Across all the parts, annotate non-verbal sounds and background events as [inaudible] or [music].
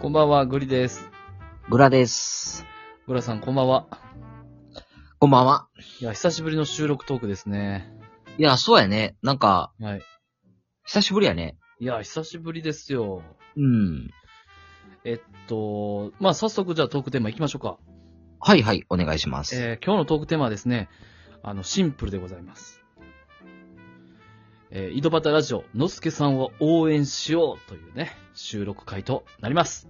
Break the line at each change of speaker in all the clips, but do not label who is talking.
こんばんは、グリです。
グラです。
グラさん、こんばんは。
こんばんは。
いや、久しぶりの収録トークですね。
いや、そうやね。なんか、
はい。
久しぶりやね。
いや、久しぶりですよ。
うん。
えっと、まあ、早速、じゃあトークテーマ行きましょうか。
はいはい、お願いします。
えー今日のトークテーマはですね、あの、シンプルでございます。えー井戸端ラジオ、のすけさんを応援しようというね、収録回となります。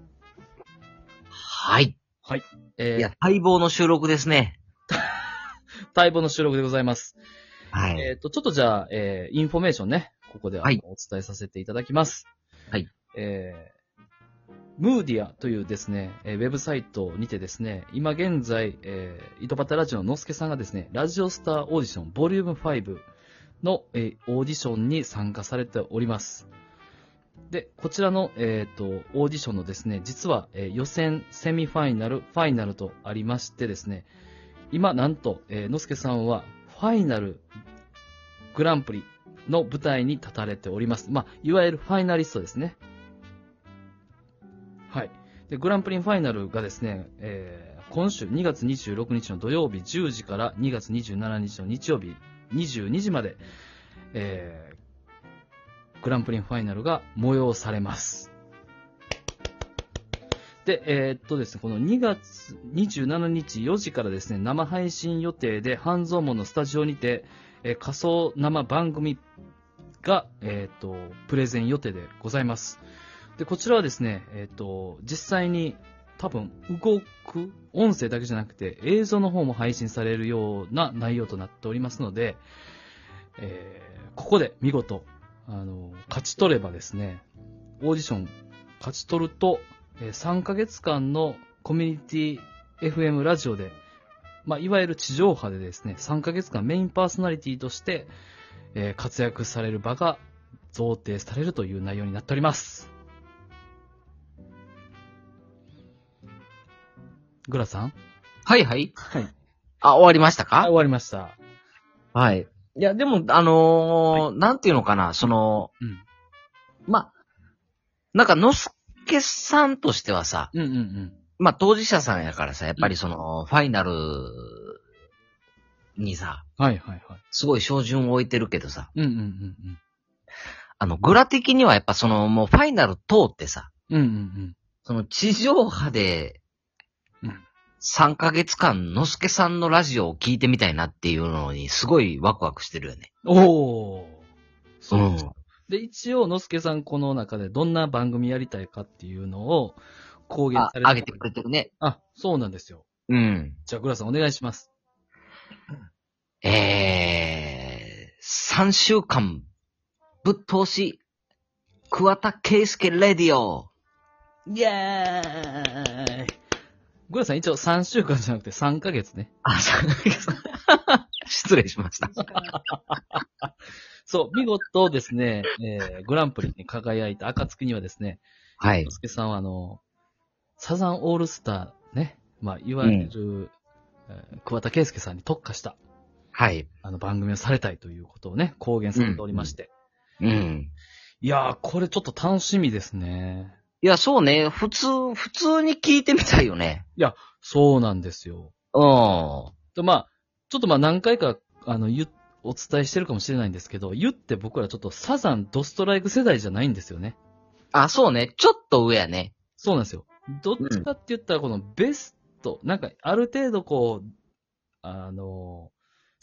はい。
え
い
ー
や、待望の収録ですね。
待望の収録でございます。
はい。
えっ、と、ちょっとじゃあ、えーインフォメーションね、ここでは
はい
お伝えさせていただきます。
はい。
えームーディアというですね、えーウェブサイトにてですね、今現在、えー、糸端ラジオののすけさんがですね、ラジオスターオーディションボリューム5の、えーオーディションに参加されております。で、こちらの、えっ、と、オーディションのですね、実は、えー予選、セミファイナル、ファイナルとありましてですね、今なんと、えーのすけさんは、ファイナルグランプリの舞台に立たれております。まあ、いわゆるファイナリストですね。はい。で、グランプリファイナルがですね、えー今週2月26日の土曜日10時から2月27日の日曜日22時まで、えーグランプリファイナルが催されます。で、えーっとですね、この2月27日4時からですね、生配信予定で、半蔵門のスタジオにて、えー仮想生番組が、えっ、と、プレゼン予定でございます。で、こちらはですね、えっ、と、実際に多分動く音声だけじゃなくて映像の方も配信されるような内容となっておりますので、えーここで見事、あの、勝ち取ればですね、オーディション勝ち取ると、えー3ヶ月間のコミュニティ FM ラジオでまあ、いわゆる地上波でですね、3ヶ月間メインパーソナリティとして、えー活躍される場が贈呈されるという内容になっております。グラさん
はいはい。
はい。
あ、終わりました
あ、
か
終わりました。
はい。いや、でも、あのーなんていうのかな、その、
うん。
ま、なんか、のすけさんとしてはさ、
うんうんうん。
まあ、当事者さんやからさ、やっぱりその、ファイナルにさ、
はいはいはい。
すごい照準を置いてるけどさ、
うんうんうん
あの、グラ的にはやっぱその、もうファイナル通ってさ、
うん。うんうん
その地上波で
うん、
3ヶ月間、のすけさんのラジオを聞いてみたいなっていうのに、すごいワクワクしてるよね。。
うん。おー。そううんで、一応、のすけさんこの中でどんな番組やりたいかっていうのを公言
あ
さ、れ
あげてくれてるね。
あ、そうなんですよ。
うん。
じゃあ、グラさんお願いします。
えー、3週間、ぶっ通し、桑田圭介レディオ。
イェーイグラさん一応3週間じゃなくて3ヶ月ね。
あ、3ヶ月。失礼しました。
そう、見事ですね、えー、グランプリに輝いた暁にはですね、
はい
の。すけさんはあの、サザンオールスターね、まあ、いわゆる、えー桑田佳祐さんに特化した、
はい。
あの、番組をされたいということをね、公言されておりまして。
うん。
いやー、これちょっと楽しみですね。
いや、そうね。普通、普通に聞いてみたいよね。
そうなんですよ。
うん。
で、まあ、ちょっとまあ何回か、あの、言っ、お伝えしてるかもしれないんですけど、言って僕らちょっとサザンドストライク世代じゃないんですよね。
あ、そうね。ちょっと上やね。
そうなんですよ。どっちかって言ったらこのベスト、なんかある程度こう、あの、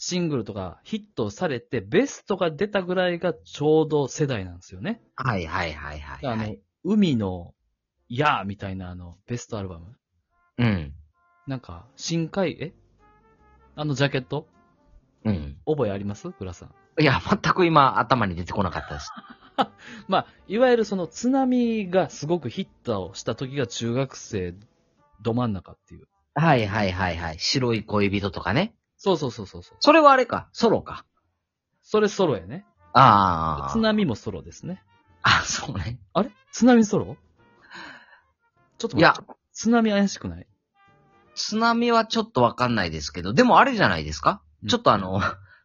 シングルとかヒットされて、ベストが出たぐらいがちょうど世代なんですよね。
はいはいはいはい、
あ
は
の
い。、
海の、やーみたいなあの、ベストアルバム。
うん。
なんか、深海、えあのジャケット
うん。
覚えあります倉さん。
いや、全く今頭に出てこなかったです。
まあ、いわゆるその津波がすごくヒットをした時が中学生ど真ん中っていう。
はいはいはいはい。白い恋人とかね。
そうそうそうそうそう。
それはあれか。ソロか。
それソロやね。
ああ。
津波もソロですね。
あ、そうね。
あれ津波ソロちょっと
い
待っ
や
て。、津波怪しくない
津波はちょっとわかんないですけど、でもあれじゃないですか、
うん
ちょっとあの、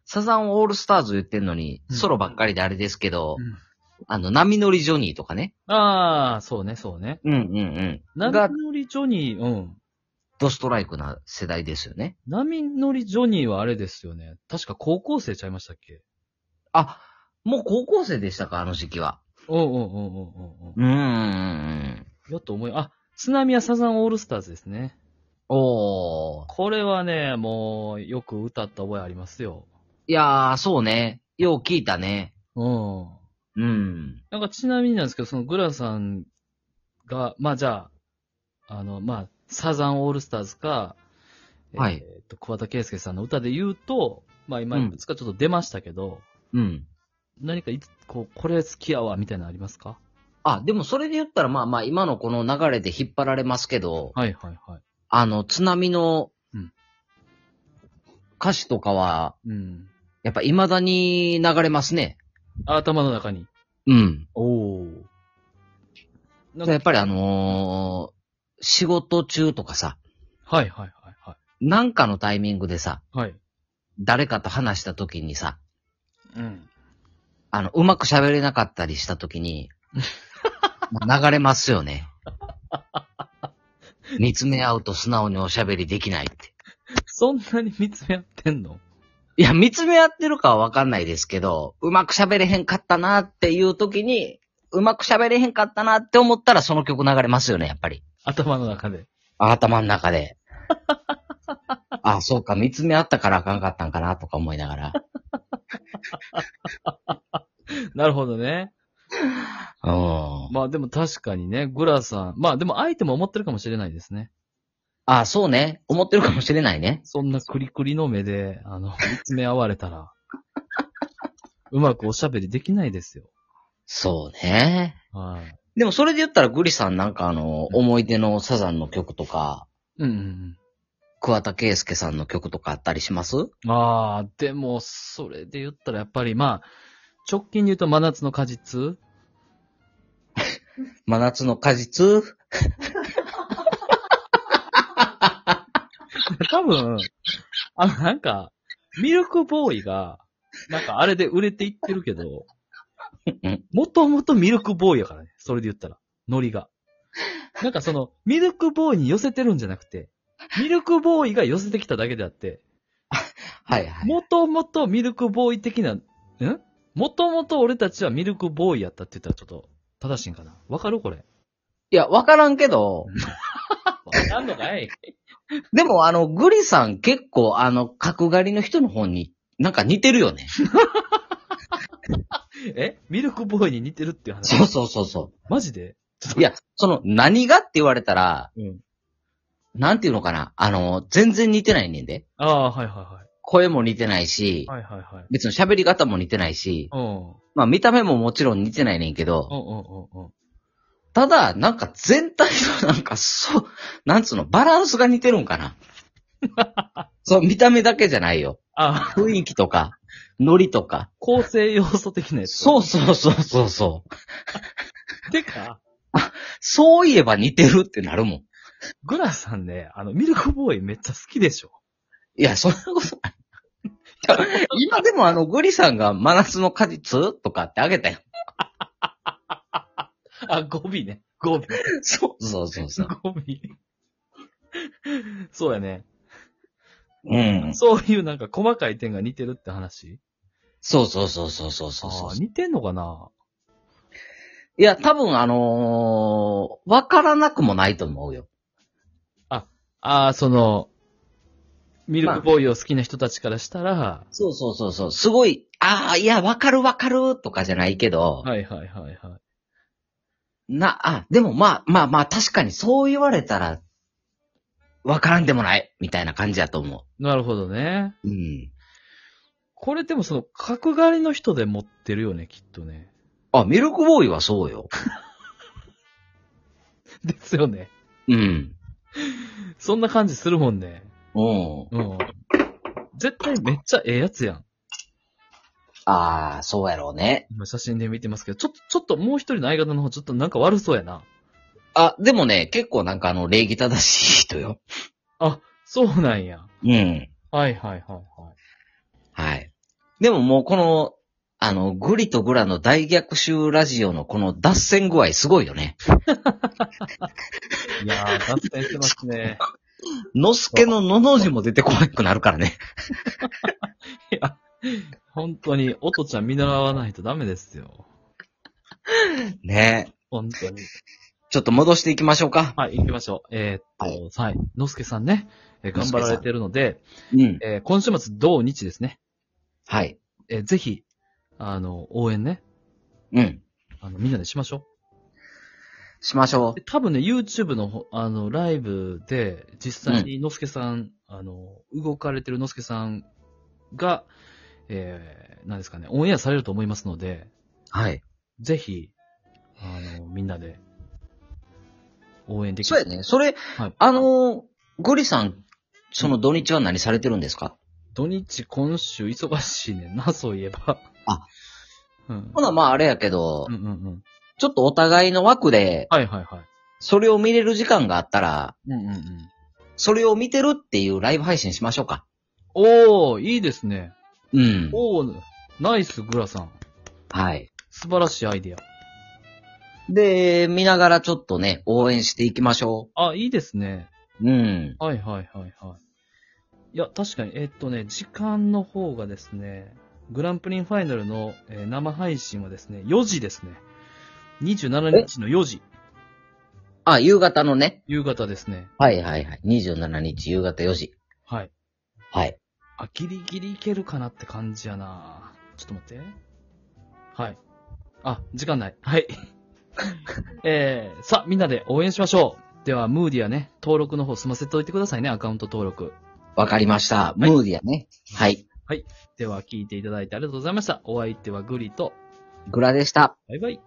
サザンオールスターズ言ってんのに、
うん
ソロばっかりであれですけど、
うん
あの、波乗りジョニーとかね。
ああ、そうね、そうね。
うんうんうん。
波
が
乗りジョニー、うん。
ドストライクな世代ですよね。
波乗りジョニーはあれですよね。確か高校生ちゃいましたっけ
あ、もう高校生でしたか、あの時期は。
おうおうおうおうおうお
うんうんうん。
う。やっと思い、あ、津波はサザンオールスターズですね。
おー。
これはね、もう、よく歌った覚えありますよ。
いやー、そうね。よう聞いたね。
うん。
うん。
なんかちなみになんですけど、そのグラさんが、まあじゃあ、あの、まあ、サザンオールスターズか、
はい
えーっと、桑田佳祐さんの歌で言うと、まあ今
うん
いくつかちょっと出ましたけど、
うん。
何かいつ、こう、これ好きやわ、みたいなのありますか
あ、でもそれで言ったらまあまあ今のこの流れで引っ張られますけど、
はいはいはい。
あの、津波の
うん
歌詞とかは、
うん。
やっぱ未だに流れますね。
あ頭の中に。
うん。
おお。なんか
やっぱりあのー仕事中とかさ、
はいはいはいはい。
なんかのタイミングでさ、
はい。
誰かと話した時にさ、
うん。
あの、うまく喋れなかったりした時に、まあ流れますよね。見つめ合うと素直におしゃべりできないって。
そんなに見つめ合ってんの
いや、見つめ合ってるかはわかんないですけど、うまく喋れへんかったなっていう時に、うまく喋れへんかったなって思ったらその曲流れますよね、やっぱり。
頭の中で。
頭の中で。あ、そうか、見つめ合ったからあかんかったんかなとか思いながら。
なるほどね。
うん。
まあでも確かにね、グラさん。まあでも相手も思ってるかもしれないですね。
あ、そうね。思ってるかもしれないね。
そんなクリクリの目で、あの、見つめ合われたら、うまくおしゃべりできないですよ。
そうね。
はい。
でもそれで言ったらグリさんなんかあの、
うん
思い出のサザンの曲とか、
うんうん
桑田佳祐さんの曲とかあったりします
うん。ああ、でも、それで言ったらやっぱりまあ、直近で言うと真夏の果実
真夏の果実
多分、あのなんか、ミルクボーイが、なんかあれで売れていってるけど
うん、
もともとミルクボーイやからね。それで言ったら。ノリが。なんかその、ミルクボーイに寄せてるんじゃなくて、ミルクボーイが寄せてきただけであって、
はいはい。
もともとミルクボーイ的な、んもともと俺たちはミルクボーイやったって言ったらちょっと正しいんかな。わかるこれ。
いや、わからんけど、
わかんのかい
でもあの、グリさん結構あの、角刈りの人の方になんか似てる
[laughs]
よね。
えミルクボーイに似てるっていう話。
そうそうそうそ
マジで
う。いや、その、何がって言われたら、
うん。
なんていうのかな。あの、全然似てないねんで。
ああ、はいは
声も似てないし
い、はい。はいはいはい。
別に喋り方も似てないし、
うん。
まあ見た目ももちろん似てないねんけど、
うんうんうんうん。
ただ、なんか全体のなんかそう、なんつうの、バランスが似てるんかな。 [laughs] そう、見た目だけじゃないよ。
あ、
雰囲気とか、ノリとか。
構成要素的なやつ。
そうそうそうそうそう。
てか、
そういえば似てるってなるもん。
グラさんね、あの、ミルクボーイめっちゃ好きでしょ。
いや、そんなことない。 [laughs] 今でもあの、グリさんが真夏の果実とかってあげたよ。
あ、語尾ね。語尾。
そうそうそうそう。
語尾。 [laughs] そうやね。
うん。
そういうなんか細かい点が似てるって話
そうそうそうそうそうそうそう
あー似てんのかない
や、多分あのーわからなくもないと思うよ。
ああ、その、ミルクボーイを好きな人たちからしたら、
そうそうそうそう。すごい、ああ、いや、わかるわかるとかじゃないけど、
はいはいはいはい。
な、あ、でもまあまあまあ、確かにそう言われたら、わからんでもない、みたいな感じやと思
なるほどね。
う。うん。
これでもその、角刈りの人で持ってるよね、きっとね。
あ、ミルクボーイはそうよ。
ですよね。
うん。
そんな感じするもんね。
うん。
うん。絶対めっちゃええやつやん。
ああ、そうやろうね。
今写真で見てますけど、ちょっと、ちょっともう一人の相方の方ちょっとなんか悪そうやな。
あ、でもね、結構なんかあの、礼儀正しい人よ。
あ、そうなんや。
うん。
はいはいはいはい。
はい。でももうこの、あの、グリとグラの大逆襲ラジオのこの脱線具合すごいよね。
いやー、脱線してますね。
のすけののの字も出てこなくなるからね。
いや、本当に、おとちゃん見習わないとダメですよ。
ねえ。
本当に。
ちょっと戻していきましょうか。
はい、行きましょう。えーっと、はい。のすけさんね、えー頑張られてるので、
うん。
えー今週末、土日ですね。
はい。
えーぜひ、あの、応援ね、
うん。
あの、みんなでしましょ
しましょ
う。で多分ね、YouTube のほ、あの、ライブで、実際にのすけさん、あの、動かれてるのすけさんが、えー、なんですかね、オンエアされると思いますので、
う。はい。
ぜひ、あの、みんなで、応援でき
そうやね。それ、
はい
あのー、ゴリさん、その土日は何されてるんですか
土日今週忙しいねんな、そういえば。
あ。
うん。
ほな、まああれやけど、
うんうんうん。
ちょっとお互いの枠で、
はいはいはい。
それを見れる時間があったら、
うんうんうん。
それを見てるっていうライブ配信しましょうか。
おー、いいですね。
うん。
おー、ナイスグラさん。
はい。
素晴らしいアイディ
で、見ながらちょっとね、応援していきましょ
ア。あ、いいですね。
う。うん。
はいはいはいはい。いや、確かに、えっとね、時間の方がですね、グランプリンファイナルの、えー生配信はですね、4時ですね。27日の4時、
あ、夕方のね。
夕方ですね。
はいはいはい。27日夕方4時。
はい。
はい。
あ、ギリギリいけるかなって感じやなちょっと待って。はい。あ、時間ない。はい。 [laughs] えー、さあ、みんなで応援しましょう。では、ムーディアね、登録の方済ませておいてくださいね、アカウント登録。
わかりました。ムーディアね。はい。
では、聞いていただいてありがとうございました。お相手はグリと、
グラでした。
バイバイ。